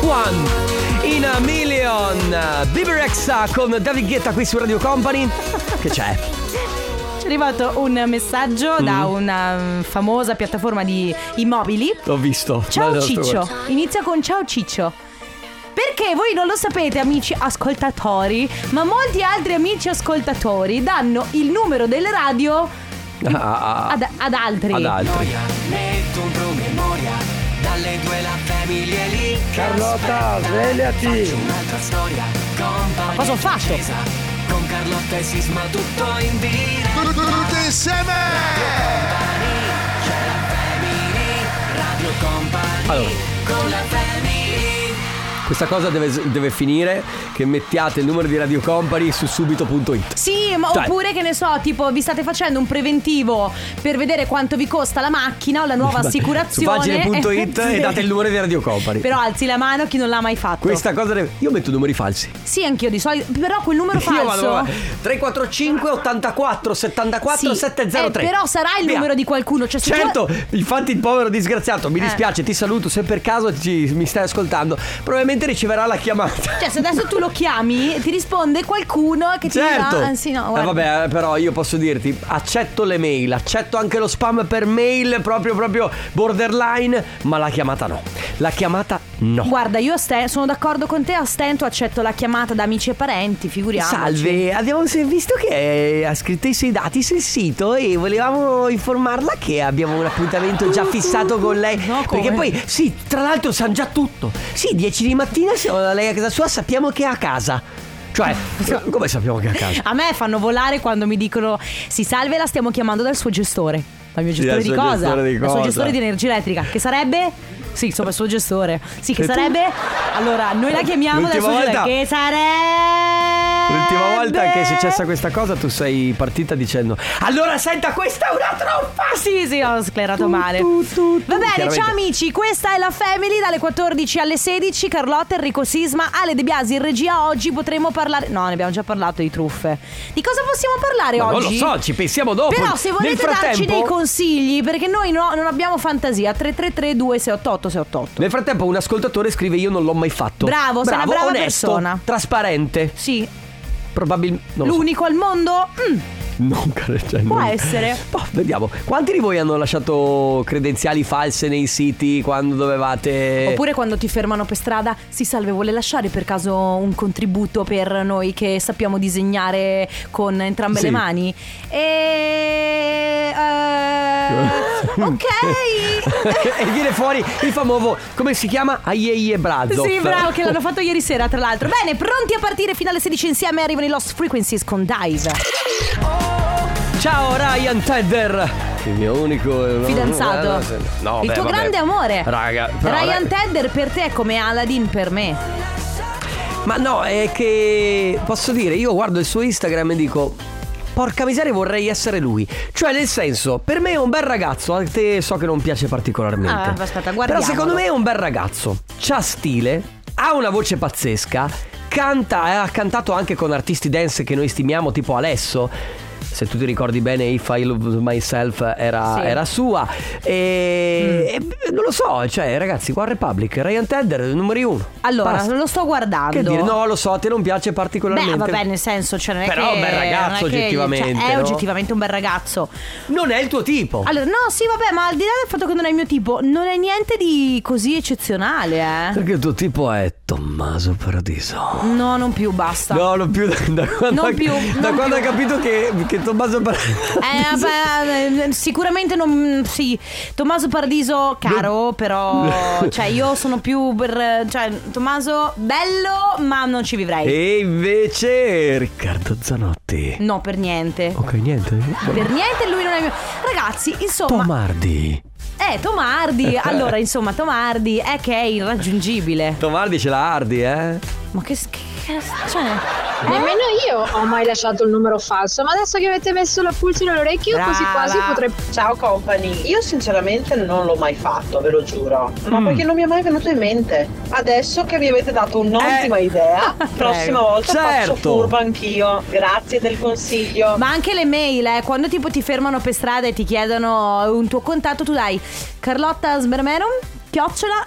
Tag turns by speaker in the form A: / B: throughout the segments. A: One in a Million. Biberexa con David Guetta qui su Radio Company. Che c'è?
B: Ci è arrivato un messaggio da una mm, famosa piattaforma di immobili.
A: L'ho visto.
B: Ciao
A: Guarda,
B: Ciccio. Inizia con ciao Ciccio. Perché voi non lo sapete amici ascoltatori, ma molti altri amici ascoltatori danno il numero delle radio
A: Ah, ah, ah.
B: ad, ad altri.
A: Ad altri.
C: Carlotta, svegliati!
B: Ma cosa ho fatto?
D: Tutti insieme!
A: Allora. Questa cosa deve, deve finire che mettiate il numero di Radio Company su subito.it.
B: Sì, ma
A: Dai.
B: oppure che ne so, tipo vi state facendo un preventivo per vedere quanto vi costa la macchina o la nuova
A: Su
B: assicurazione.
A: pagine.it
B: Sì.
A: e date il numero di Radio Company.
B: Però alzi la mano chi non l'ha mai fatto.
A: Questa cosa deve... Io metto numeri falsi.
B: Sì, anch'io di solito. Però quel numero
A: Io
B: falso.
A: vado 345 84 74
B: Sì,
A: 703.
B: eh, però sarà il
A: Via.
B: numero di qualcuno, cioè se
A: certo, infatti il povero disgraziato,
B: Eh.
A: mi dispiace, ti saluto se per caso ci- mi stai ascoltando, probabilmente riceverà la chiamata.
B: Cioè, se adesso tu lo chiami, ti risponde qualcuno che ti
A: Certo.
B: dirà. Anzi, no,
A: Eh,
B: guarda.
A: vabbè, eh, però io posso dirti, accetto le mail, accetto anche lo spam per mail, proprio proprio borderline, ma la chiamata no. La chiamata no.
B: Guarda, io a ste- sono d'accordo con te, a stento accetto la chiamata da amici e parenti, figuriamoci.
A: Salve, abbiamo se- visto che eh, ha scritto i suoi dati sul sito e volevamo informarla che abbiamo un appuntamento già fissato con lei.
B: No, come?
A: perché poi, sì, tra l'altro sanno già tutto. Sì, 10 di mattina siamo da lei a casa sua, sappiamo che è a casa. Cioè, eh, come sappiamo che è a casa?
B: A me fanno volare quando mi dicono si salve la stiamo chiamando dal suo gestore. Dal mio gestore,
A: dal
B: di,
A: suo
B: cosa?
A: gestore di
B: Dal suo
A: cosa?
B: gestore di energia elettrica. Che sarebbe? Sì, insomma, il suo gestore. Sì, che
A: E tu?
B: sarebbe? Allora, noi la chiamiamo dal
A: L'ultima
B: suo gestore.
A: volta-
B: Che sarebbe?
A: L'ultima volta che è successa questa cosa tu sei partita dicendo Allora senta questa è una truffa
B: Ah, Sì, sì, ho sclerato male.
A: tu, tu,
B: Va bene,
A: chiaramente.
B: ciao amici, questa è la Family dalle 14 alle 16. Carlotta, Enrico Sisma, Ale De Biasi in regia. Oggi potremo parlare. No, ne abbiamo già parlato di truffe. Di cosa possiamo parlare
A: Ma
B: oggi?
A: Non lo so, ci pensiamo dopo
B: Però se
A: Oh, Nel
B: volete darci
A: frattempo-
B: dei consigli, perché noi no- non abbiamo fantasia, 333 2688 688.
A: Nel frattempo un ascoltatore scrive io non l'ho mai fatto.
B: Bravo, sei una brava
A: onesto,
B: persona.
A: Trasparente.
B: Sì,
A: Probabilmente... Non lo so.
B: l'unico al mondo? Mm,
A: Non credo. cioè,
B: Può
A: non-
B: essere.
A: Boh, vediamo. Quanti di voi hanno lasciato credenziali false nei siti quando dovevate...
B: Oppure quando ti fermano per strada, si salve, vuole lasciare per caso un contributo per noi che sappiamo disegnare con entrambe
A: Sì.
B: le mani? E... eh, ok.
A: e viene fuori il famoso... Come si chiama? Aieie Brazzo.
B: Sì, bravo, che l'hanno fatto ieri sera, tra l'altro. Bene, pronti a partire fino alle 16 insieme arrivano i Lost Frequencies con Dive.
A: Ciao Ryan Tedder. Il mio unico... eh,
B: Fidanzato.
A: No,
B: Il
A: beh,
B: tuo
A: vabbè.
B: grande amore.
A: Raga. però,
B: Ryan
A: raga-
B: Tedder per te è come Aladdin per me.
A: Ma no, è che posso dire, io guardo il suo Instagram e dico. Porca miseria, vorrei essere lui. Cioè, nel senso, per me è un bel ragazzo. A te so che non piace particolarmente.
B: Ah, aspetta,
A: Però
B: guardiamolo.
A: secondo me è un bel ragazzo. C'ha stile, ha una voce pazzesca, canta, eh, ha cantato anche con artisti dance che noi stimiamo, tipo Alesso. Se tu ti ricordi bene, If I Love Myself era,
B: Sì. Mm.
A: era sua. E, e non lo so, cioè, ragazzi, One Republic, Ryan Tedder, numero uno.
B: Allora,
A: Basta.
B: lo sto guardando.
A: Che dire, no, lo so, a te non piace particolarmente.
B: Beh, vabbè, nel senso, cioè, non è
A: Però
B: che.
A: un bel ragazzo,
B: non è che-
A: oggettivamente,
B: cioè, è
A: no?
B: oggettivamente un bel ragazzo.
A: Non è il tuo tipo.
B: Allora, no, sì, vabbè, ma al di là del fatto che non è il mio tipo, non è niente di così eccezionale, eh.
A: Perché il tuo tipo è Tommaso Paradiso.
B: No, non più, basta.
A: No, non più da, da quando,
B: Non più,
A: da
B: non
A: quando
B: più.
A: hai capito che, che Tommaso Paradiso.
B: Eh, beh, eh, sicuramente non. Sì, Tommaso Paradiso, caro, però. Cioè, io sono più per. Cioè, Tommaso, bello, ma non ci vivrei.
A: E invece Riccardo Zanotti.
B: No, per niente.
A: Ok, niente.
B: Per niente lui non è mio. Ragazzi, insomma.
A: Tomardi.
B: Eh, Tomardi. Allora, insomma, Tomardi è che è irraggiungibile.
A: Tomardi ce l'ha Ardi, eh?
B: Ma che scherzo. Cioè.
E: Nemmeno io ho mai lasciato il numero falso, ma adesso che avete messo la pulce nell'orecchio, così
B: Brava.
E: quasi potrei.
F: Ciao company, io sinceramente non l'ho mai fatto, ve lo giuro, ma
A: Mm.
F: perché non mi è mai venuto in mente. Adesso che mi avete dato un'ottima
A: Eh.
F: idea, prossima volta
A: Certo.
F: faccio furba anch'io. Grazie del consiglio.
B: Ma anche le mail, eh, quando tipo ti fermano per strada e ti chiedono un tuo contatto, tu dai Carlotta Sbermeron, chiocciola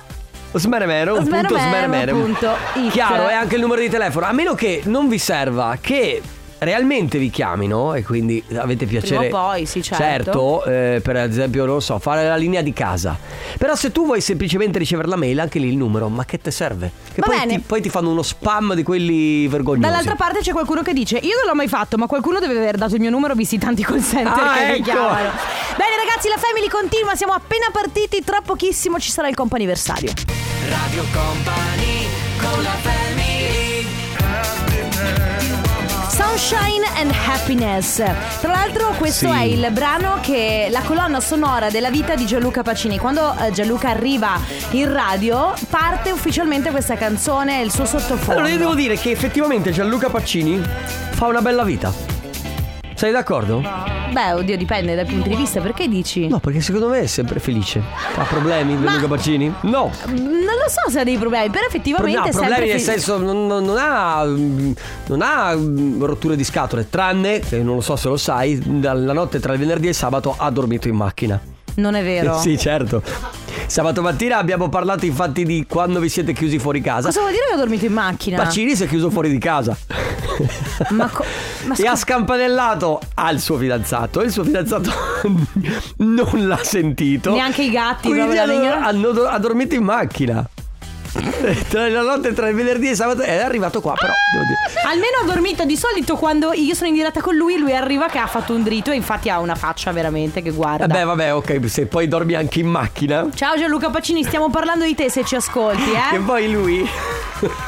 A: Smeremero, punto
B: Smeremero,
A: smeremero.
B: punto it.
A: Chiaro, è anche il numero di telefono. A meno che non vi serva che realmente vi chiamino e quindi avete piacere.
B: Prima o poi, sì, certo.
A: Certo, eh, per esempio, non so, fare la linea di casa. Però se tu vuoi semplicemente ricevere la mail, anche lì il numero, ma che te serve? Che
B: Va
A: poi,
B: bene.
A: Ti, poi ti fanno uno spam di quelli vergognosi.
B: Dall'altra parte c'è qualcuno che dice Io non l'ho mai fatto ma qualcuno deve aver dato il mio numero Visti tanti call center
A: Ah,
B: che mi
A: ecco.
B: chiamano Bene ragazzi la family continua Siamo appena partiti Tra pochissimo ci sarà il comp'anniversario Sunshine and Happiness. Tra l'altro questo
A: Sì.
B: è il brano che la colonna sonora della vita di Gianluca Pacini. Quando eh, Gianluca arriva in radio parte ufficialmente questa canzone, il suo sottofondo.
A: Allora io devo dire che effettivamente Gianluca Paccini fa una bella vita. Sei d'accordo?
B: Beh, oddio, dipende dal punto di vista, perché dici?
A: No, perché secondo me è sempre felice. Ha problemi Gianluca Paccini? No.
B: Mm, Non lo so se ha dei problemi, però
A: Pro-
B: effettivamente
A: no,
B: è
A: problemi
B: sempre
A: nel
B: fi-
A: senso non, non- non ha mm, non ha mm, rotture di scatole, tranne, che non lo so se lo sai, dalla notte tra il venerdì e il sabato ha dormito in macchina.
B: Non è vero.
A: Sì, certo. Sabato mattina abbiamo parlato infatti di quando vi siete chiusi fuori casa.
B: Cosa vuol dire che ho dormito in macchina?
A: Pacini si è chiuso fuori di casa.
B: Ma co- ma
A: e ha
B: scusa-
A: scampanellato al suo fidanzato. E il suo fidanzato non l'ha sentito.
B: Neanche i gatti,
A: Quindi
B: proprio la
A: hanno-
B: signora?
A: hanno do- ha dormito in macchina. Tra la notte tra il venerdì e il sabato è arrivato qua, però devo dire.
B: Almeno ha dormito di solito quando io sono in diretta con lui, lui arriva che ha fatto un dritto e infatti ha una faccia veramente che guarda.
A: Vabbè, Eh, vabbè, ok, se poi dormi anche in macchina.
B: Ciao Gianluca Pacini, stiamo parlando di te se ci ascolti,
A: Che
B: eh?
A: poi lui.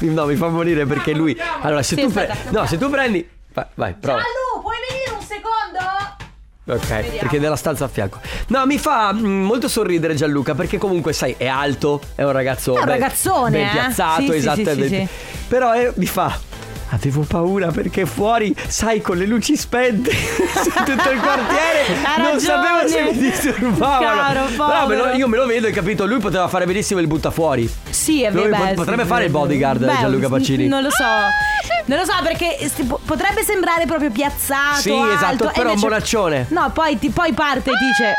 A: no, mi fa morire perché lui. Allora, se
B: Sì,
A: tu
B: aspetta,
A: prendi.
B: aspetta.
A: No, se tu prendi. Vai, vai, prova.
B: Gianlu, puoi venire un secondo?
A: Ok, perché è nella stanza a fianco. No, mi fa mm, molto sorridere Gianluca perché comunque sai, è alto, è un ragazzo
B: È un
A: ben-
B: ragazzone,
A: ben
B: eh.
A: piazzato,
B: Sì, sì,
A: esattamente.
B: sì, sì,
A: Però eh, mi fa Avevo paura perché fuori, sai, con le luci spente su tutto il quartiere,
B: Ha
A: non
B: ragione.
A: sapevo se mi disturbavano.
B: Caro,
A: no, me lo-
B: povero.
A: io me lo vedo, hai capito? Lui poteva fare benissimo il buttafuori.
B: Sì, è
A: Lui
B: vero.
A: pot-
B: beh,
A: potrebbe
B: sì,
A: fare il bodyguard,
B: beh, mm,
A: Gianluca Pacini.
B: Non lo so. Non lo so perché si- po- potrebbe sembrare proprio piazzato.
A: Sì,
B: alto,
A: esatto,
B: e
A: però un bonaccione.
B: No, poi, ti- poi parte e dice.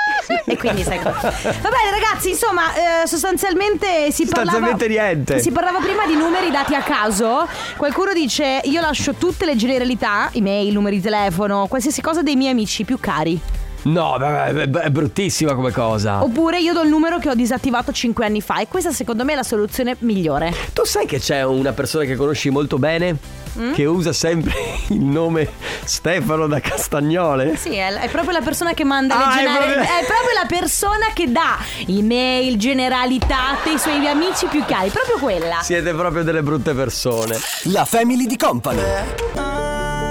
B: E quindi sai cosa. Va bene, ragazzi, insomma, eh, sostanzialmente si parlava.
A: Sostanzialmente niente.
B: Si parlava prima di numeri dati a caso. Qualcuno dice: Io lascio tutte le generalità, email, numeri di telefono, qualsiasi cosa dei miei amici più cari.
A: No, beh, beh, beh, è bruttissima come cosa.
B: Oppure io do il numero che ho disattivato 5 anni fa. E questa, secondo me, è la soluzione migliore.
A: Tu sai che c'è una persona che conosci molto bene che usa sempre il nome Stefano da Castagnole?
B: Sì, è, è proprio la persona che manda
A: Ah,
B: le
A: è
B: generalità. È proprio...
A: proprio-
B: la persona che dà email, generalità ai suoi amici più cari. Proprio quella.
A: Siete proprio delle brutte persone.
G: La family di company.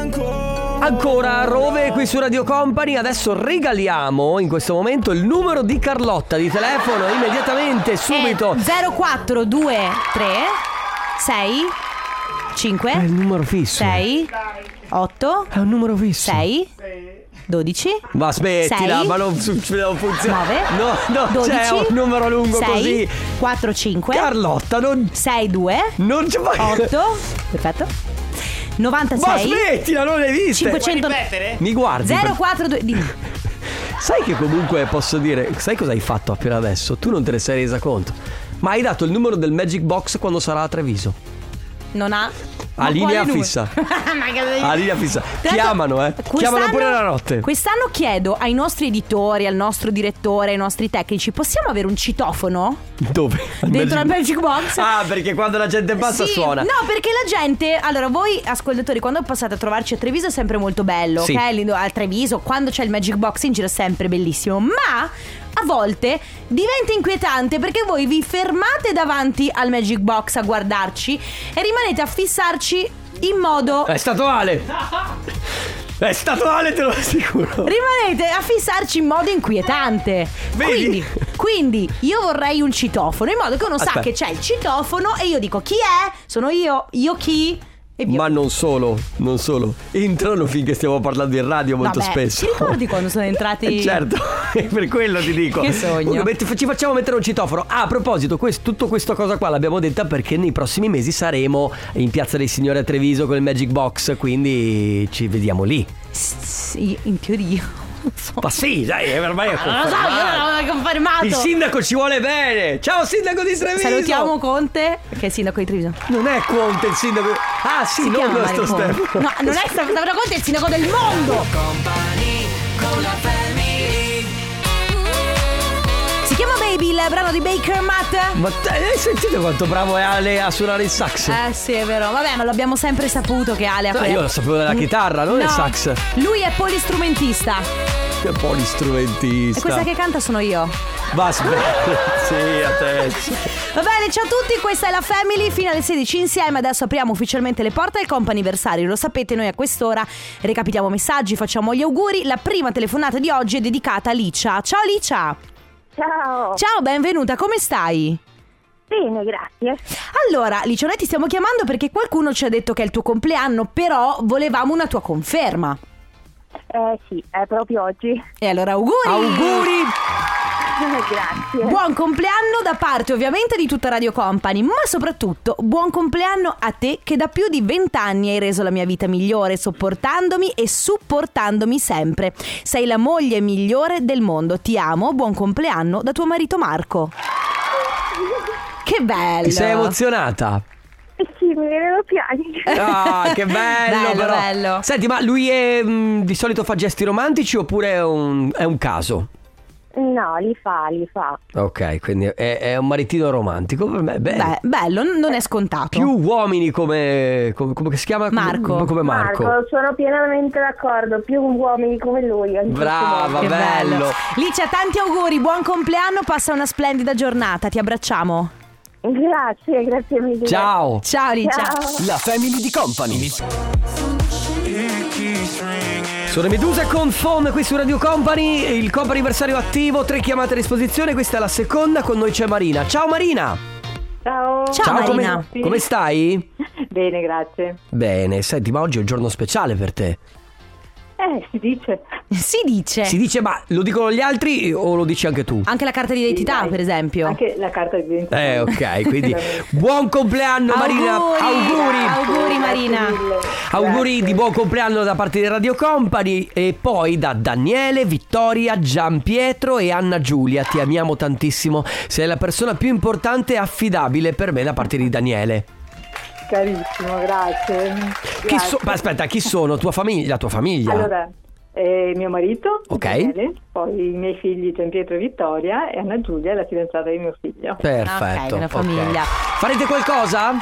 A: Ancora Rove qui su Radio Company, adesso regaliamo in questo momento il numero di Carlotta di telefono immediatamente, subito.
B: È 0423 6
A: È il
B: 5
A: numero fisso.
B: 6 8
A: È un numero fisso.
B: 6 12
A: Ma smettila,
B: Sei.
A: ma non, su- non funziona.
B: 9
A: No, no,
B: 12
A: c'è un numero lungo
B: 6,
A: così.
B: 4 5
A: Carlotta, non,
B: 6 2
A: non ci fai.
B: 8 Perfetto
A: Ma
B: 96
A: smettila, non l'hai viste.
B: 500
A: Mi guardi. per
B: 042 dimmi.
A: Sai che comunque posso dire, sai cosa hai fatto appena adesso? Tu non te ne sei resa conto. Ma hai dato il numero del Magic Box quando sarà a Treviso.
B: non ha
A: A
B: ma
A: linea
B: quale numero?
A: fissa.
B: Ma che-
A: A linea fissa.
B: Tra l'altro,
A: Chiamano, eh. Chiamano
B: quest'anno-
A: pure la notte.
B: Quest'anno chiedo ai nostri editori, al nostro direttore, ai nostri tecnici, possiamo avere un citofono
A: Dove? Al
B: dentro al Magic Box?
A: Ah, perché quando la gente passa
B: Sì,
A: suona.
B: No, perché la gente. Allora, voi ascoltatori, quando passate a trovarci a Treviso è sempre molto bello,
A: Sì.
B: ok? Lì A Treviso, quando c'è il Magic Box in giro è sempre bellissimo. Ma a volte diventa inquietante perché voi vi fermate davanti al Magic Box a guardarci e rimanete a fissarci in modo.
A: È stato Ale. È stato Ale, te lo assicuro.
B: Rimanete a fissarci in modo inquietante.
A: Vedi?
B: Quindi, quindi io vorrei un citofono, in modo che uno sa
A: Aspetta.
B: che c'è il citofono e io dico chi è? Sono io, io chi? E via.
A: Ma non solo, non solo. Entrano finché stiamo parlando in radio molto
B: Vabbè,
A: spesso.
B: Ti ricordi quando sono entrati?
A: Eh, Certo, è per quello ti dico.
B: Che sogno.
A: Comunque, metti- ci facciamo mettere un citofono. Ah, a proposito, questo, tutto questa cosa qua l'abbiamo detta perché nei prossimi mesi saremo in Piazza dei Signori a Treviso con il Magic Box, quindi ci vediamo lì.
B: Sì, in teoria. so.
A: Ma sì, dai, è ormai è
B: Non lo so, io
A: confermato.
B: non l'ho confermato.
A: Il sindaco ci vuole bene. Ciao sindaco di Treviso.
B: Salutiamo Conte, che è il sindaco di Treviso.
A: Non è Conte il sindaco. Ah, sì,
B: Si
A: non
B: chiama Mario
A: questo
B: Conte.
A: Stefano.
B: No, non è Stefano Conte, è il sindaco del mondo. Si chiama Baby il brano di Baker Matt.
A: Ma te- hai sentito quanto bravo è Ale a suonare il sax?
B: Eh sì, è vero. Vabbè, ma l'abbiamo sempre saputo che Ale ha
A: No,
B: quella-
A: io lo sapevo
B: eh,
A: della chitarra, non del sax.
B: Lui è polistrumentista.
A: Che polistrumentista.
B: E questa che canta sono io.
A: Va sbe- Sì, adesso.
B: Va bene, ciao a tutti, questa è la Family fino alle 16 insieme. Adesso apriamo ufficialmente le porte al comp'anniversario. Lo sapete, noi a quest'ora recapitiamo messaggi, facciamo gli auguri. La prima telefonata di oggi è dedicata a Licia. Ciao Licia!
G: Ciao.
B: Ciao, benvenuta, come stai?
G: Bene, grazie.
B: Allora, Licia, noi ti stiamo chiamando perché qualcuno ci ha detto che è il tuo compleanno, però volevamo una tua conferma.
G: Eh sì, è proprio oggi.
B: E allora auguri!
A: Auguri.
G: grazie.
B: Buon compleanno da parte ovviamente di tutta Radio Company, ma soprattutto buon compleanno a te che da più di vent'anni hai reso la mia vita migliore, sopportandomi e supportandomi sempre. Sei la moglie migliore del mondo, ti amo, buon compleanno da tuo marito Marco. Che bello!
A: Ti sei emozionata?
G: Eh sì, mi venevo piangere.
A: Ah, che bello,
B: Bello,
A: però.
B: bello.
A: Senti, ma lui è, mh, di solito fa gesti romantici oppure è un, è un caso?
G: No, li fa, li fa.
A: Ok, quindi è, è un maritino romantico. Per me è bene.
B: Beh, bello, n- non è scontato.
A: Più uomini come, come, come che si chiama?
B: Marco.
A: Come, come Marco.
G: sono pienamente d'accordo. Più uomini come lui. anche
A: Brava,
B: Che
A: bello.
B: Licia, tanti auguri, buon compleanno, passa una splendida giornata, ti abbracciamo.
G: se no. Grazie, grazie mille.
A: Ciao.
B: Ciao Licia.
G: Ciao.
A: La family di company. Sono Medusa con Fon qui su Radio Company, il comp anniversario attivo, tre chiamate a disposizione, questa è la seconda, con noi c'è Marina. Ciao Marina!
G: Ciao.
B: Ciao. Marina.
A: Come, come stai?
G: Bene, grazie.
A: Bene, senti, ma oggi è un giorno speciale per te.
G: Eh, si dice.
B: Si dice.
A: Si dice, ma lo dicono gli altri o lo dici anche tu?
B: Anche la carta d'identità, per esempio.
G: la carta di identità.
A: Eh, ok, quindi buon compleanno Marina,
B: Ah. auguri,
A: auguri!
B: Auguri, Marina.
A: Auguri di buon compleanno da parte di Radio Company e poi da Daniele, Vittoria, Gian Pietro e Anna Giulia. Ti amiamo tantissimo. Sei la persona più importante e affidabile per me da parte di Daniele.
G: Carissimo, grazie.
A: Chi so- ma aspetta, chi sono? Tua famiglia? La tua famiglia? Ah,
G: Allora, eh, mio marito,
A: Ok.
G: Daniele, poi i miei figli Gian Pietro e Vittoria e Anna Giulia, la fidanzata di mio figlio.
A: Perfetto.
B: Ok, una famiglia.
A: ok. Farete qualcosa?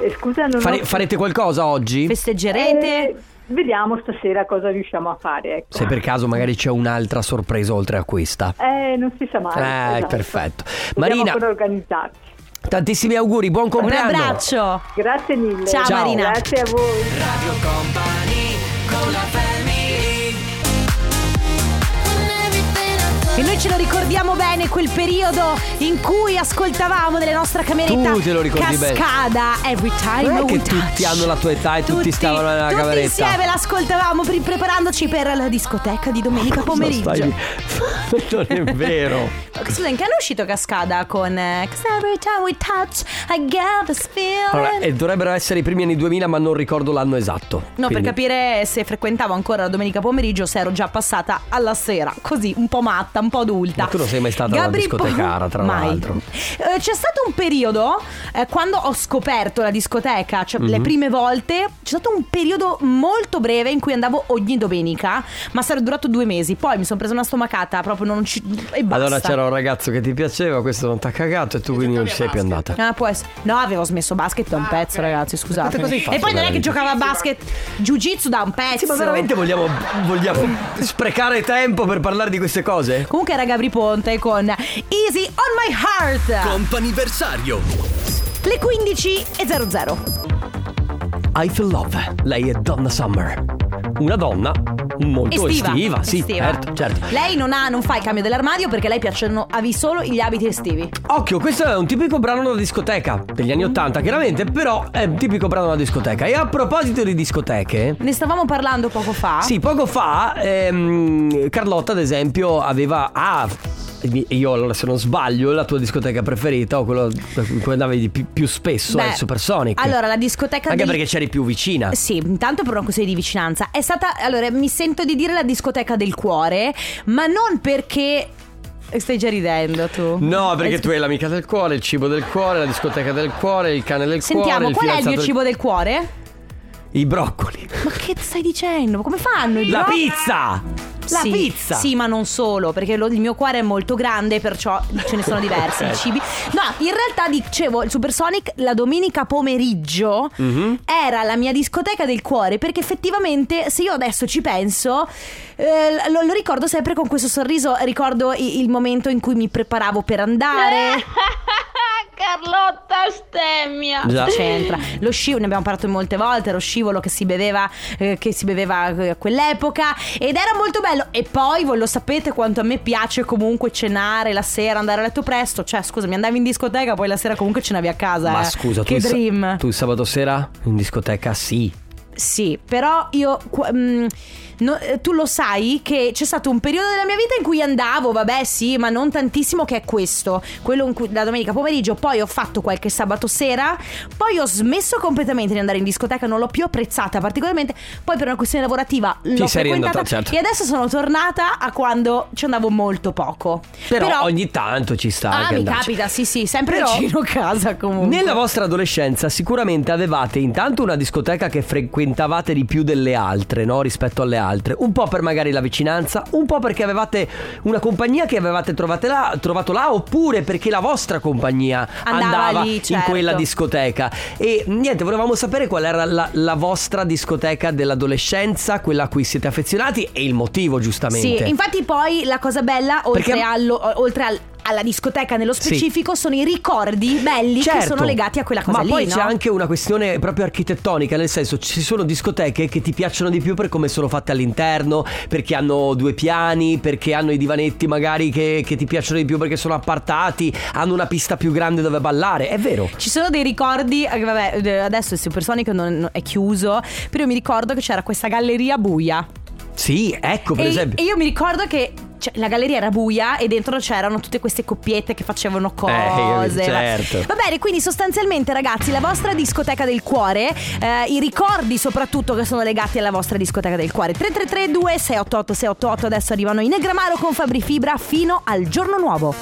G: E scusa, non
A: Fare-
G: ho...
A: farete qualcosa oggi?
B: Festeggerete.
G: Eh, vediamo stasera cosa riusciamo a fare, ecco.
A: Se per caso magari c'è un'altra sorpresa oltre a questa.
G: Eh, non si sa mai.
A: Eh,
G: esatto.
A: perfetto.
G: Vediamo
A: Marina,
G: come organizzarci.
A: tantissimi auguri, buon
B: Un
A: compleanno.
B: abbraccio.
G: Grazie mille.
B: Ciao,
A: Ciao.
B: Marina.
G: Grazie a voi.
B: E noi ce lo ricordiamo bene quel periodo in cui ascoltavamo nelle nostre camerette
A: Tu te lo ricordi bene.
B: Cascada Every Time
A: Non è
B: We
A: che
B: Touch.
A: tutti hanno la tua età e tutti stavano nella
B: tutti
A: cameretta.
B: insieme l'ascoltavamo pre- preparandoci per la discoteca di domenica pomeriggio.
A: non è vero.
B: Scusa, in che anno è uscito Cascada con eh, 'Cause Every Time We Touch I Get This Feeling?
A: Allora, eh, dovrebbero essere i primi anni 2000, ma non ricordo l'anno esatto.
B: No, per
A: Quindi-
B: capire se frequentavo ancora la domenica pomeriggio o se ero già passata alla sera, così un po' matta, un po' adulta.
A: Ma tu non sei mai stata una
B: Po-
A: discotecara, tra
B: Mai.
A: l'altro.
B: Eh, c'è stato un periodo eh, quando ho scoperto la discoteca, cioè
A: Mhm.
B: le prime volte, c'è stato un periodo molto breve in cui andavo ogni domenica, ma sarebbe durato due mesi. Poi mi sono presa una stomacata, proprio non ci. E basta.
A: Allora c'era un ragazzo che ti piaceva, questo non t'ha cagato e tu quindi non ci sei più andata.
B: Ah, può essere. No, avevo smesso basket
A: Ah,
B: da un pezzo, ragazzi, scusate.
A: Quante cose hai fatto
B: E poi non è
A: veramente?
B: che giocava a basket, jiu-jitsu da un pezzo.
A: Eh Sì, ma veramente vogliamo, vogliamo sprecare tempo per parlare di queste cose?
B: Comunque era Gabri Ponte con Easy on my heart.
A: Comp'anniversario
B: Le 15.00.
A: Oh, I Feel Love, lei è Donna Summer. Una donna molto
B: Estiva.
A: estiva, sì,
B: Estiva.
A: certo, certo.
B: Lei non, ha, non fa il cambio dell'armadio perché a lei piacciono a vi solo gli abiti estivi.
A: Occhio, questo è un tipico brano da discoteca degli
B: Mm.
A: anni 80, chiaramente, però è un tipico brano da discoteca. E a proposito di discoteche,
B: Ne stavamo parlando poco fa.
A: sì, poco fa ehm, Carlotta, ad esempio, aveva. Ah, io allora se non sbaglio la tua discoteca preferita o quella da cui andavi di più, più spesso
B: Beh,
A: è il Supersonic.
B: Allora, la discoteca
A: Anche
B: del-
A: perché c'eri più vicina.
B: Sì, intanto per una questione di vicinanza. È stata. Allora, mi, sen- sento di dire la discoteca del cuore, ma non perché... Stai già ridendo tu.
A: No, perché
B: Eh,
A: tu hai l'amica del cuore, il cibo del cuore, la discoteca del cuore, il cane del
B: Sentiamo,
A: cuore.
B: qual è il
A: fidanzato
B: mio
A: del-
B: cibo del cuore?
A: I broccoli.
B: Ma che stai dicendo? Come fanno? i
A: La
B: bro-
A: pizza! La
B: sì,
A: pizza!
B: Sì, ma non solo, perché lo- il mio cuore è molto grande, perciò ce ne sono diversi
A: Ok.
B: i cibi. No, in realtà dicevo, il Supersonic la domenica pomeriggio
A: Mhm.
B: era la mia discoteca del cuore, perché effettivamente, se io adesso ci penso, eh, lo, lo ricordo sempre con questo sorriso, ricordo i- il momento in cui mi preparavo per andare.
H: Carlotta stemmia.
A: Già.
B: Esatto. c'entra. Lo scivolo, ne abbiamo parlato molte volte, lo scivolo che si beveva, eh, che si beveva eh, a quell'epoca ed era molto bello. E poi voi lo sapete quanto a me piace comunque cenare la sera, andare a letto presto. Cioè, scusa, mi andavi in discoteca, poi la sera comunque cenavi a casa.
A: Ma
B: eh.
A: scusa, tu
B: che
A: il, sa-
B: dream.
A: tu il sabato sera in discoteca sì.
B: Sì, però io. qu- mm, no- eh, tu lo sai che c'è stato un periodo della mia vita in cui andavo, vabbè, sì, ma non tantissimo, che è questo. Quello in cui, la domenica pomeriggio, poi ho fatto qualche sabato sera, poi ho smesso completamente di andare in discoteca, non l'ho più apprezzata particolarmente. Poi per una questione lavorativa l'ho
A: sei riandata,
B: frequentata
A: certo.
B: e adesso sono tornata a quando ci andavo molto poco.
A: Però, ogni tanto ci sta.
B: Ah,
A: anche
B: mi
A: andarci.
B: capita, sì, sì, sempre
A: Però-
B: vicino casa comunque.
A: Nella vostra adolescenza sicuramente avevate intanto una discoteca che frequentavate di più delle altre, no? Rispetto alle altre. Un po' per magari la vicinanza, un po' perché avevate una compagnia che avevate trovate là- trovato là, oppure perché la vostra compagnia
B: Andava
A: andava,
B: lì,
A: in
B: certo.
A: quella discoteca. E niente, volevamo sapere qual era la, la vostra discoteca dell'adolescenza, quella a cui siete affezionati e il motivo, giustamente.
B: Sì, infatti poi la cosa bella, oltre,
A: Perché-
B: allo- oltre al- alla discoteca nello specifico, sono i ricordi belli che
A: Certo.
B: sono legati a quella cosa
A: Ma
B: lì,
A: poi
B: no?
A: c'è anche una questione proprio architettonica, nel senso ci sono discoteche che ti piacciono di più per come sono fatte all'interno, perché hanno due piani, perché hanno i divanetti magari che, che ti piacciono di più perché sono appartati, hanno una pista più grande dove ballare, è vero.
B: Ci sono dei ricordi, eh, vabbè, eh, adesso il Supersonic non, non- è chiuso, però io mi ricordo che c'era questa galleria buia.
A: Sì, ecco per
B: e,
A: esempio.
B: e io mi ricordo che cioè, la galleria era buia e dentro c'erano tutte queste coppiette che facevano cose.
A: Eh,
B: va-
A: certo.
B: Va bene, quindi sostanzialmente ragazzi, la vostra discoteca del cuore, eh, i ricordi soprattutto che sono legati alla vostra discoteca del cuore. 3332 688 688 adesso arrivano in Negramaro con Fabri Fibra fino al giorno nuovo.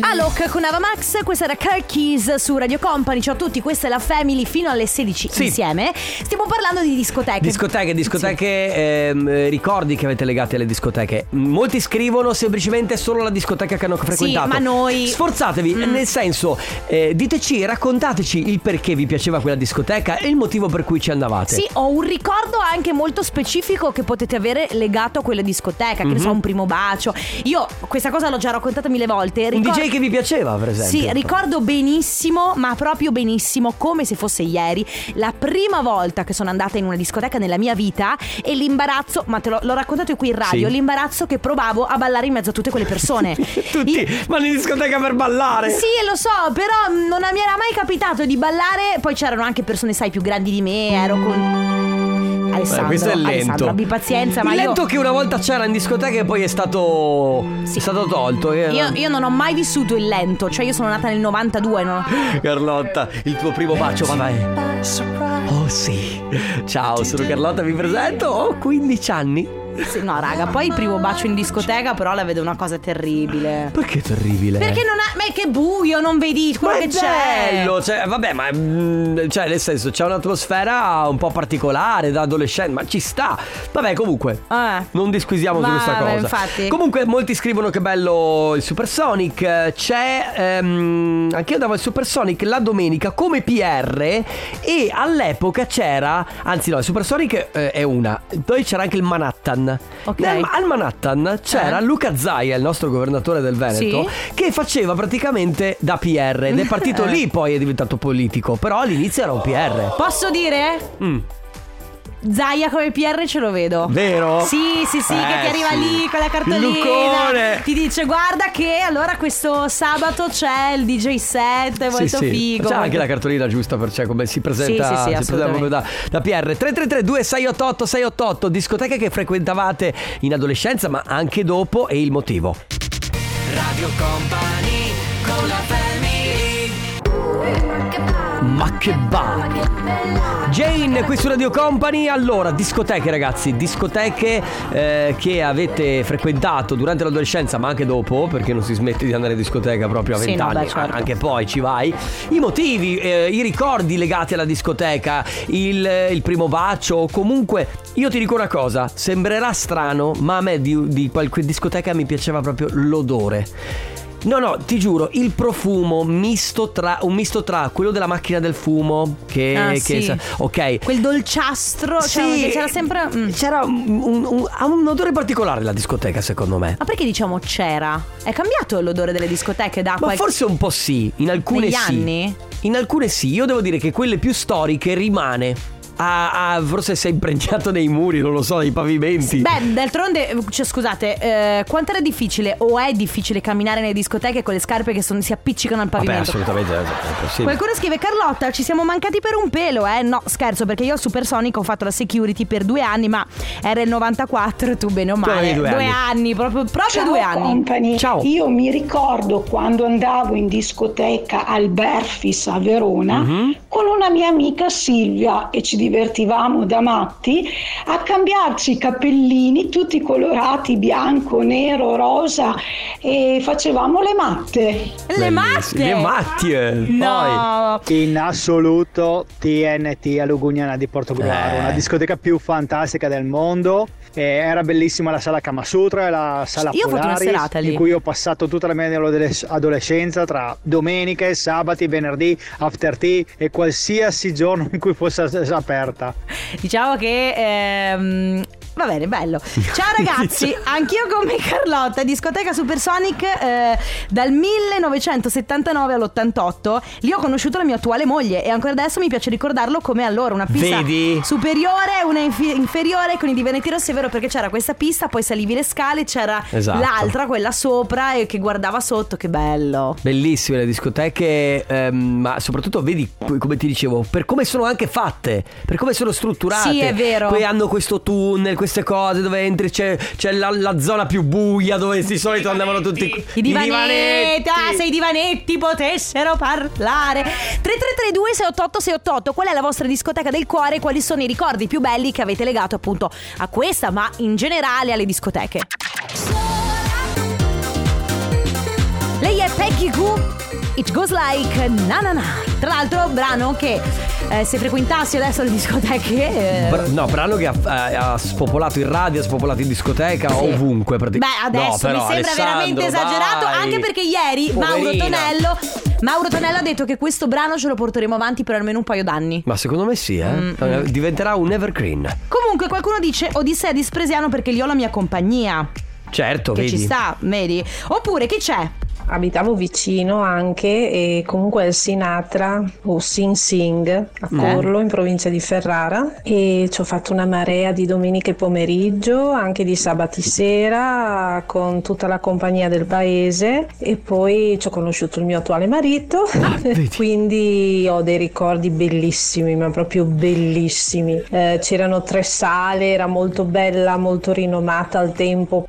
B: Alok con Avamax, questa era Car Keys su Radio Company. Ciao a tutti, questa è la Family fino alle 16
A: Sì.
B: insieme. Stiamo parlando di discoteche.
A: Discoteche, discoteche, ehm, eh, ricordi che avete legati alle discoteche. Molti scrivono semplicemente solo la discoteca che hanno frequentato.
B: ma noi- Mm.
A: Sforzatevi, nel senso, eh, diteci, raccontateci il perché vi piaceva quella discoteca e il motivo per cui ci andavate.
B: Sì, ho un ricordo anche molto specifico che potete avere legato a quella discoteca, che ne
A: Mhm.
B: so, un primo bacio. Io questa cosa l'ho già raccontata mille volte.
A: Un DJ
B: Ricor-
A: che esatto. vi piaceva, per esempio.
B: Sì, ricordo benissimo, ma proprio benissimo, come se fosse ieri, la prima volta che sono andata in una discoteca nella mia vita e l'imbarazzo, ma te l'ho, l'ho raccontato qui in radio,
A: Sì.
B: l'imbarazzo che provavo a ballare in mezzo a tutte quelle persone.
A: Tutti
B: Io-
A: vanno in discoteca per ballare.
B: sì, lo so, però non mi era mai capitato di ballare. Poi c'erano anche persone, sai, più grandi di me. Ero con. Alessandro,
A: Eh, questo è lento.
B: Alessandro, abbi pazienza, ma
A: lento
B: io.
A: che una volta c'era in discoteca e poi è stato,
B: Sì.
A: è stato tolto. eh.
B: Io, io non ho mai vissuto il lento, cioè io sono nata nel 92. Non...
A: Carlotta, il tuo primo bacio, va bene. Oh sì. Ciao, sono Carlotta, vi presento. Ho 15 anni.
B: Sì, no, raga, poi il primo bacio in discoteca, però la vedo una cosa terribile.
A: Perché terribile?
B: Perché non ha. Ma che buio, non vedi quello
A: Ma
B: che
A: è
B: c'è.
A: bello, cioè, vabbè, ma mm, cioè, nel senso, c'è un'atmosfera un po' particolare da adolescente, ma ci sta. Vabbè, comunque,
B: Eh.
A: non disquisiamo su
B: Ma-
A: questa cosa.
B: infatti.
A: Comunque, molti scrivono che bello il Supersonic. C'è, ehm, anche io andavo al Supersonic la domenica come PR e all'epoca c'era, anzi no, il Supersonic eh, è una, poi c'era anche il Manhattan.
B: Ok.
A: Nel- al Manhattan c'era
B: Eh.
A: Luca Zaia, il nostro governatore del Veneto, che faceva praticamente da PR ed è
B: Eh.
A: partito lì poi è diventato politico, però all'inizio era un PR.
B: Posso dire?
A: Mm.
B: Zaia come PR ce lo vedo.
A: Vero?
B: Sì, sì, sì, che
A: Eh,
B: ti arriva
A: sì.
B: lì con la cartolina.
A: Il Lucone.
B: Ti dice guarda che allora questo sabato c'è il DJ set, è molto
A: Sì, sì.
B: figo.
A: C'è anche
B: molto-
A: la cartolina giusta per cioè, come si presenta,
B: Sì, sì, sì,
A: si presenta
B: assolutamente.
A: proprio da, da PR. 3332 688 688, discoteche che frequentavate in adolescenza ma anche dopo e il motivo. Radio Company con la Ma che va! Jane, qui su Radio Company. Allora, discoteche, ragazzi, discoteche eh, che avete frequentato durante l'adolescenza, ma anche dopo, perché non si smette di andare in discoteca proprio a
B: Sì, no,
A: vent'anni,
B: beh, certo.
A: anche poi ci vai. I motivi, eh, i ricordi legati alla discoteca, il, il primo bacio, o comunque. Io ti dico una cosa, sembrerà strano, ma a me di, di qualche discoteca mi piaceva proprio l'odore. No, no, ti giuro, il profumo misto tra, un misto tra quello della macchina del fumo, che,
B: Ah,
A: Eh, che
B: sì.
A: sa- ok.
B: Quel dolciastro, cioè, che c'era sempre... mm.
A: c'era un, un- un- ha un odore particolare la discoteca, secondo me.
B: Ma perché diciamo c'era? È cambiato l'odore delle discoteche da
A: Ma
B: qualche...
A: forse un po' sì, in alcune
B: Negli
A: sì.
B: anni?
A: In alcune sì, io devo dire che quelle più storiche rimane. Ah, ah, forse sei impregnato nei muri, non lo so, nei pavimenti.
B: Beh, d'altronde, cioè, scusate, eh, quanto era difficile o è difficile camminare nelle discoteche con le scarpe che sono- si appiccicano al
A: Vabbè,
B: pavimento?
A: assolutamente. è possibile.
B: Qualcuno scrive Carlotta, ci siamo mancati per un pelo, eh? No, scherzo, perché io al Supersonic ho fatto la security per due anni, ma era il 94, tu bene o male.
A: avevi Cioè, due anni.
B: proprio, proprio
H: Ciao
B: due anni.
H: company.
A: Ciao.
H: Io mi ricordo quando andavo in discoteca al Berfis a Verona
A: Mhm.
H: con una mia amica Silvia e ci divertivamo da matti a cambiarci i capellini tutti colorati bianco, nero, rosa e facevamo le matte.
B: Le matte!
A: Bellissimo. Le matte!
B: No,
C: In assoluto TNT a Lugugnana di Porto Gruaro,
A: Eh.
C: una discoteca più fantastica del mondo. Eh, era bellissima la sala Kamasutra, la sala
B: Io ho fatto una
C: Polaris,
B: serata lì.
C: in cui ho passato tutta la mia adoles- adolescenza tra domeniche, sabati, venerdì, after tea e qualsiasi giorno in cui fosse as- aperta.
B: diciamo che... ehm, Va bene, bello. Ciao ragazzi, anch'io come Carlotta, discoteca Supersonic eh, dal 1979 all'88. Lì ho conosciuto la mia attuale moglie e ancora adesso mi piace ricordarlo come allora, una pista
A: Vedi?
B: superiore, una infi- inferiore con i divanetti rossi, è vero perché c'era questa pista, poi salivi le scale, c'era
A: Esatto.
B: l'altra, quella sopra e che guardava sotto, che bello.
A: Bellissime le discoteche, ehm, ma soprattutto vedi, p- come ti dicevo, per come sono anche fatte, per come sono strutturate.
B: Sì, è vero.
A: Poi hanno questo tunnel, queste cose dove entri, c'è, c'è la, la zona più buia dove di solito andavano tutti
B: I divanetti,
A: divanetti.
B: ah, se i divanetti potessero parlare. 3332 688 688, qual è la vostra discoteca del cuore? Quali sono i ricordi più belli che avete legato appunto a questa, ma in generale alle discoteche? Lei è Peggy Goo, It Goes Like Na Na Na. Tra l'altro brano che eh, se frequentassi adesso le discoteche... eh,
A: Bra- no, brano che ha, eh, ha- ha spopolato in radio, ha spopolato in discoteca, ovunque. praticamente.
B: Beh,
A: No,
B: adesso
A: però,
B: mi sembra
A: Alessandro,
B: veramente esagerato,
A: vai.
B: anche perché ieri Mauro
A: Poverina.
B: Tonello Mauro Tonello ha detto che questo brano ce lo porteremo avanti per almeno un paio d'anni.
A: Ma secondo me sì, eh.
B: Mm,
A: Eh, Diventerà un evergreen.
B: Comunque qualcuno dice Odissea di Spresiano perché lì ho la mia compagnia.
A: Certo,
B: Che
A: vedi.
B: ci sta, vedi? Oppure chi c'è?
I: Abitavo vicino anche e comunque al Sinatra o Sing Sing a Corlo in provincia di Ferrara e ci ho fatto una marea di domeniche pomeriggio, anche di sabati sera con tutta la compagnia del paese e poi ci ho conosciuto il mio attuale marito, quindi ho dei ricordi bellissimi, ma proprio bellissimi. Eh, c'erano tre sale, era molto bella, molto rinomata al tempo,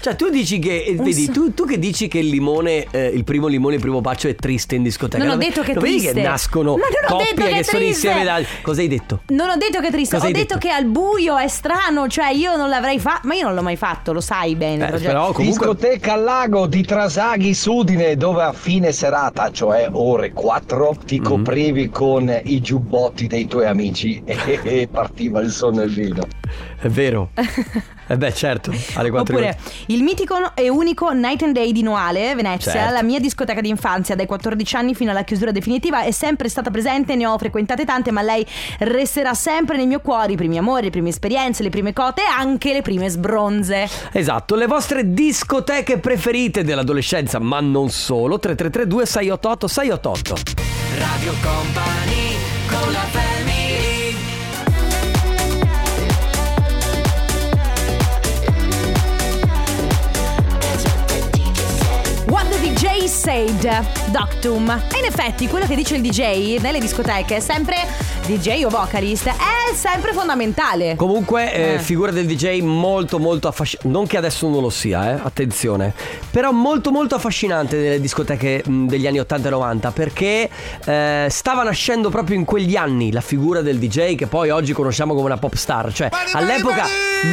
A: Cioè, tu dici che. eh, Vedi, tu, tu che dici che il limone, eh, il primo limone, il primo bacio è triste in discoteca.
B: Non ho
A: Lo-
B: detto che è
A: lo Vedi
B: triste.
A: che nascono
B: Ma non ho
A: coppie
B: detto che è
A: sono
B: triste.
A: insieme da. Cosa hai detto?
B: Non ho detto che è triste,
A: Cosa
B: ho
A: hai
B: detto,
A: detto?
B: che al buio è strano, cioè io non l'avrei fatto, ma io non l'ho mai fatto, lo sai bene.
A: Eh,
B: Roger.
A: però comunque.
J: Discoteca al lago di Trasaghi Sudine dove a fine serata, cioè ore 4, ti coprivi con i giubbotti dei tuoi amici e, e partiva il sonnellino.
A: È vero. Eh beh, certo. Alle quattro
B: Oppure
A: ore.
B: il mitico e unico Night and Day di Noale, Venezia,
A: Certo.
B: la mia discoteca d'infanzia dai 14 anni fino alla chiusura definitiva, è sempre stata presente, ne ho frequentate tante, ma lei resterà sempre nei miei cuori, i primi amori, le prime esperienze, le prime cote e anche le prime sbronze.
A: Esatto, le vostre discoteche preferite dell'adolescenza, ma non solo. 3332 688 688. Radio Company con la
B: What the DJ said, Doctum. E in effetti quello che dice il DJ nelle discoteche è sempre DJ o vocalist è sempre fondamentale.
A: Comunque, eh,
B: Eh.
A: figura del DJ molto molto affascinante. Non che adesso non lo sia, eh, attenzione. Però molto molto affascinante nelle discoteche mh, degli anni 80 e 90 perché eh, stava nascendo proprio in quegli anni la figura del DJ che poi oggi conosciamo come una pop star. Cioè, all'epoca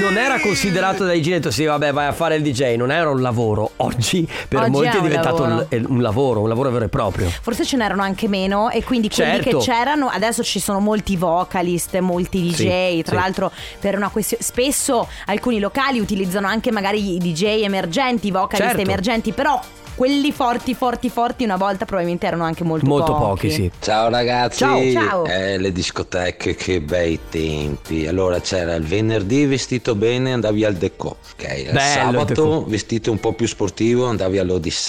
A: non era considerato dai genitori, sì, vabbè, vai a fare il DJ, non era un lavoro. Oggi per
B: Oggi
A: molti
B: è
A: è
B: un
A: diventato
B: lavoro.
A: Un, un lavoro, un lavoro vero e proprio.
B: Forse ce n'erano anche meno e quindi quelli
A: Certo.
B: che c'erano, adesso ci sono molti vocalist, molti DJ,
A: Sì,
B: tra
A: sì.
B: l'altro per una questione spesso alcuni locali utilizzano anche magari i DJ emergenti, i vocalist
A: Certo.
B: emergenti, però quelli forti, forti, forti una volta probabilmente erano anche molto,
A: Molto pochi, sì.
K: Ciao ragazzi,
B: Ciao, ciao.
K: Eh, le discoteche che bei tempi. Allora c'era il venerdì vestito bene andavi al Deco, ok? Il
A: Bello il
K: sabato
A: Decaux.
K: vestito un po' più sportivo andavi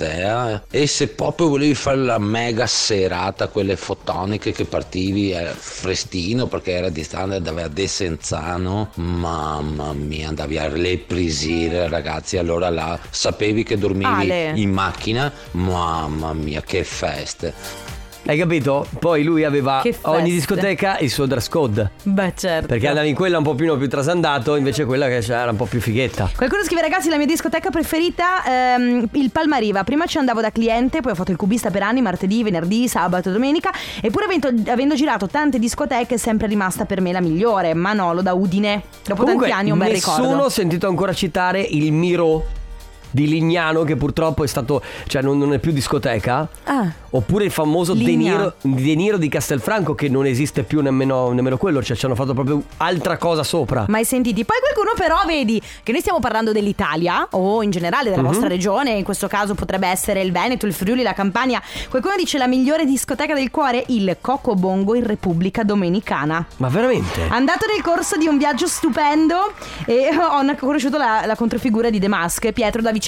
K: all'Odissea e se proprio volevi fare la mega serata, quelle fotoniche che partivi eh, frestino perché era distante da Desenzano, mamma mia andavi alle Prisire ragazzi, allora là sapevi che dormivi
B: Ale.
K: in macchina, mamma mia che feste.
A: Hai capito? Poi lui aveva
B: Che feste.
A: ogni discoteca il suo dress code.
B: Beh certo.
A: Perché andavi in quella un pochino più trasandato, invece quella che era un po' più fighetta.
B: Qualcuno scrive ragazzi la mia discoteca preferita ehm, il Palmariva Prima ci andavo da cliente Poi ho fatto il cubista per anni Martedì, venerdì, sabato, domenica Eppure avendo, avendo girato tante discoteche È sempre rimasta per me la migliore Manolo da Udine Dopo
A: Comunque,
B: tanti anni un bel
A: nessuno
B: ricordo
A: ho sentito ancora citare il Miro di Lignano, che purtroppo è stato, cioè non, non è più discoteca.
B: Ah.
A: Oppure il famoso De
B: Ligna.
A: Niro, De Niro di Castelfranco, che non esiste più nemmeno, nemmeno quello, cioè ci hanno fatto proprio altra cosa sopra.
B: Mai sentiti Poi qualcuno però vedi Che noi stiamo parlando dell'Italia O in generale della
A: Mhm.
B: vostra regione In questo caso potrebbe essere il Veneto, il Friuli, la Campania Qualcuno dice la migliore discoteca del cuore Il Coco Bongo in Repubblica Dominicana
A: Ma veramente?
B: Andato nel corso di un viaggio stupendo e ho conosciuto la, la controfigura di The Mask, Pietro da Vicenza.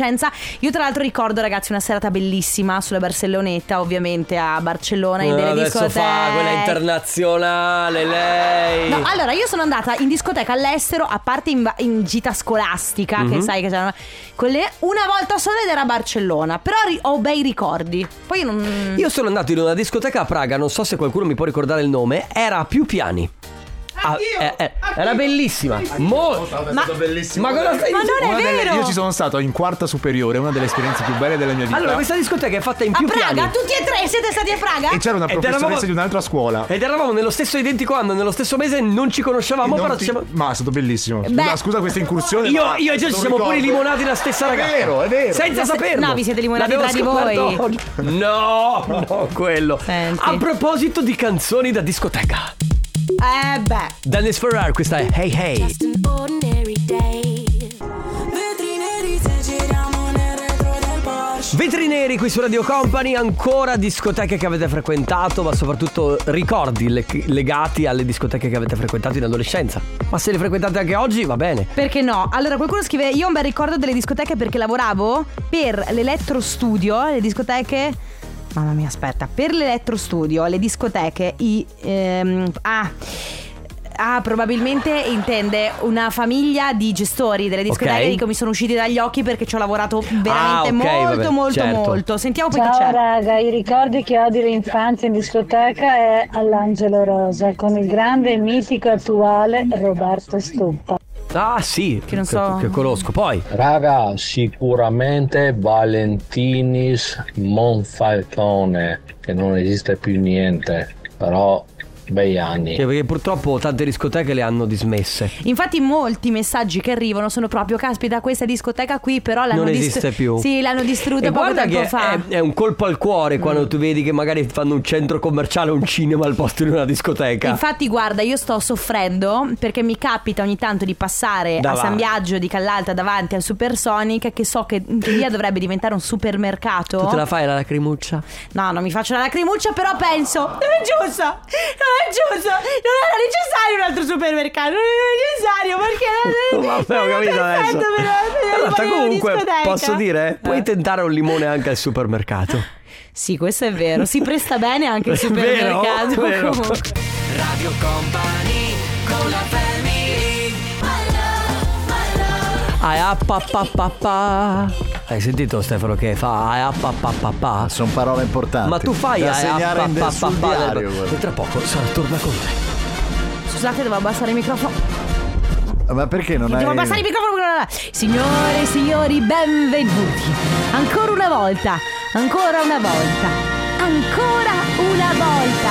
B: Io tra l'altro ricordo ragazzi una serata bellissima sulla Barcelloneta, ovviamente a Barcellona in delle
A: adesso
B: discoteche.
A: fa quella internazionale, lei.
B: No, allora io sono andata in discoteca all'estero, a parte in, va- in gita scolastica,
A: Mhm.
B: che sai che c'erano con le- una volta sola ed era a Barcellona, però ri- ho bei ricordi. Poi io non
A: Io sono andato in una discoteca a Praga, non so se qualcuno mi può ricordare il nome, era a più piani. Ah, eh, eh, era bellissima. Molto.
B: Ma-
A: Ma cosa stai
B: Ma non è
L: Una delle-
B: vero.
L: io ci sono stato in quarta superiore, una delle esperienze più belle della mia vita.
A: Allora, questa discoteca è fatta in
B: a
A: più
B: Praga,
A: piani.
B: tutti e tre siete stati a Praga?
L: E c'era una
A: Eh, Ed eravamo-
L: professoressa di un'altra scuola.
A: Ed eravamo nello stesso identico anno, nello stesso mese, non ci conoscevamo,
L: Non
A: però
L: ti-
A: siamo. Eh,
L: Ma è stato bellissimo. Scusa,
B: Beh.
L: scusa questa incursione.
A: Io,
L: ma
A: io e Gio ci
L: non
A: siamo pure
L: ricordo.
A: limonati la stessa ragazza.
L: È vero, è vero.
A: Senza
B: La se-
A: saperlo.
B: no, vi siete limonati
A: L'avevo
B: tra di voi.
A: scoperto oggi. No, no, quello.
B: Senti.
A: A proposito di canzoni da discoteca.
B: Eh beh.
A: Dennis Ferrar, questa è Hey Hey. Vetri neri qui su Radio Company, ancora discoteche che avete frequentato, ma soprattutto ricordi le- legati alle discoteche che avete frequentato in adolescenza. Ma se le frequentate anche oggi, va bene.
B: Perché no? Allora qualcuno scrive Io ho un bel ricordo delle discoteche perché lavoravo per l'elettrostudio Le discoteche Mamma mia aspetta Per l'elettrostudio Le discoteche i, ehm, Ah Ah, probabilmente intende una famiglia di gestori delle discoteche.
A: Ok. Ah,
B: Dico, mi sono usciti dagli occhi perché ci ho lavorato veramente
A: ok,
B: molto,
A: vabbè,
B: molto,
A: certo.
B: molto. Sentiamo poi chi
M: Ciao
A: cioè.
B: c'è.
M: raga, i ricordi che ho dell'infanzia in discoteca è all'Angelo Rosa con il grande, mitico e attuale Roberto Stuppa.
A: Ah, sì, che,
M: non so-
A: che conosco. Poi,
N: Raga, sicuramente Valentinis Monfalcone, che non esiste più niente, però bei anni.
A: Cioè, perché purtroppo tante discoteche le hanno dismesse.
B: Infatti molti messaggi che arrivano sono proprio caspita questa discoteca qui però l'hanno
A: non
B: dist-
A: esiste più.
B: Sì, l'hanno distrutta
A: e
B: poco
A: guarda
B: tempo
A: che
B: fa.
A: È, è un colpo al cuore quando tu vedi che magari fanno un centro commerciale o un cinema al posto di una discoteca.
B: Infatti, guarda, io sto soffrendo perché mi capita ogni tanto di passare
A: Davanti.
B: a San Biagio di Callalta davanti al Supersonic, che so che che via dovrebbe diventare un supermercato.
A: tu te la fai la lacrimuccia?
B: No, non mi faccio la lacrimuccia, però penso. Non è giusto! Non è giusto! Non era necessario un altro supermercato, non era necessario perché.
A: Oh, Vabbè, ho capito adesso.
B: perfetto per- per
A: Allora,
B: rimanere in
A: comunque,
B: discoteca.
A: posso dire, puoi
B: Eh.
A: tentare un limone anche al supermercato.
B: Sì, questo è vero. Si presta bene anche il
A: È vero,
B: supermercato.
A: vero.
B: comunque.
D: Radio Company con la
A: Ai ah, pa, pa, pa, pa. Hai sentito Stefano che fa ai ah, pa, pa, pa, pa?
L: Sono parole importanti.
A: Ma tu fai
L: da
A: ai ah,
L: segnare
A: pa,
L: in-
A: pa,
L: sul
A: pa, pa,
L: diario.
A: E tra poco Sara torna con te.
B: Scusate, devo abbassare il microfono.
O: Eh, Ma perché non
B: Devo
O: hai...
B: abbassare il microfono. Signore e signori, benvenuti. Ancora una volta. Ancora una volta. Ancora una volta.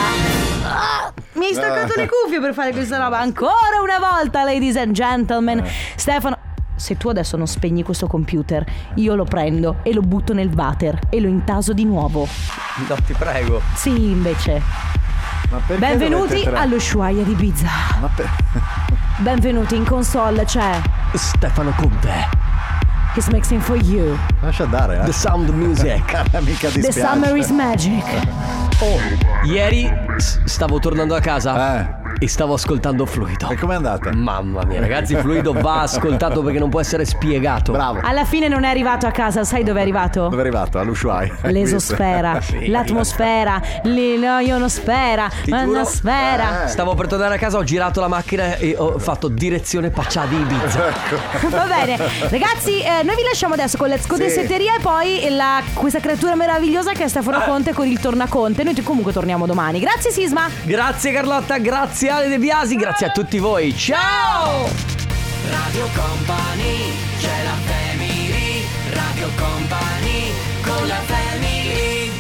B: Ah, mi hai staccato
O: Eh.
B: le cuffie per fare questa roba. Ancora una volta, ladies and gentlemen.
O: Eh.
B: Stefano. Se tu adesso non spegni questo computer, io lo prendo e lo butto nel water e lo intaso di nuovo.
A: No, ti prego.
B: Sì, invece.
O: Ma perché
B: Benvenuti
O: dovete tra-
B: allo Shuaia di Ibiza.
O: Ma per...
B: Benvenuti in console, c'è
A: Stefano Conte.
B: He's mixing for you.
O: Lascia andare, eh.
A: The sound music.
O: Mica
B: The
O: dispiace.
B: summer is magic.
A: Oh, ieri s- stavo tornando a casa e stavo ascoltando Fluido. E
O: Eh. com'è andata?
A: Mamma mia, ragazzi, Fluido va ascoltato perché non può essere spiegato.
O: Bravo.
B: Alla fine non è arrivato a casa, sai dove è arrivato?
O: Dove è arrivato? All'Ushuaia.
B: L'esosfera,
O: Sì.
B: l'atmosfera, l'ionosfera,
O: Eh.
B: manosfera.
A: Stavo per tornare a casa, ho girato la macchina e ho fatto direzione Paccià di Ibiza.
O: Ecco.
B: Va bene, ragazzi, eh, noi vi lasciamo adesso con Let's Go
A: Sì.
B: de Setteria e poi la- questa creatura meravigliosa che è Stefano
O: Eh.
B: Conte con il Tornaconte. Noi ti- comunque torniamo domani. Grazie, Sisma.
A: Grazie Carlotta, grazie Ale De Biasi, grazie a tutti voi. Ciao!
D: Radio Company, c'è la family, Radio Company